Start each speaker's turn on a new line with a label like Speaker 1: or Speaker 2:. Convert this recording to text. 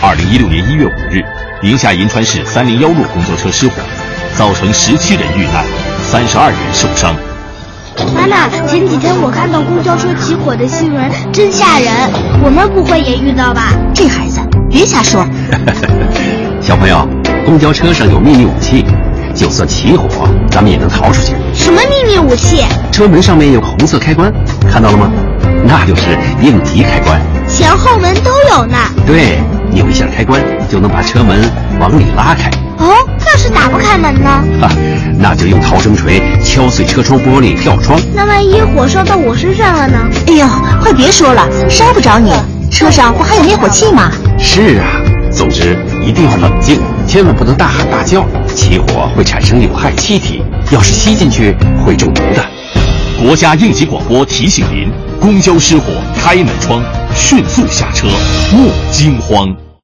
Speaker 1: 二零一六年一月五日，宁夏银川市三零幺路公交车失火，造成十七人遇难，三十二人受伤。
Speaker 2: 妈妈，前几天我看到公交车起火的新闻，真吓人。我们不会也遇到吧？
Speaker 3: 这孩子，别瞎说。
Speaker 4: 小朋友，公交车上有秘密武器，就算起火，咱们也能逃出去。
Speaker 2: 什么秘密武器？
Speaker 4: 车门上面有个红色开关，看到了吗？那就是应急开关，
Speaker 2: 前后门都有呢。
Speaker 4: 对，扭一下开关就能把车门往里拉开。
Speaker 2: 哦，要是打不开门呢？
Speaker 4: 哈，那就用逃生锤敲碎车窗玻璃、跳窗。
Speaker 2: 那万一火烧到我身上了呢？
Speaker 3: 哎呦，快别说了，烧不着你。车上不还有灭火器吗？
Speaker 4: 是啊，总之一定要冷静，千万不能大喊大叫，起火会产生有害气体，要是吸进去会中毒的。
Speaker 1: 国家应急广播提醒您：公交失火，开门窗，迅速下车，莫惊慌。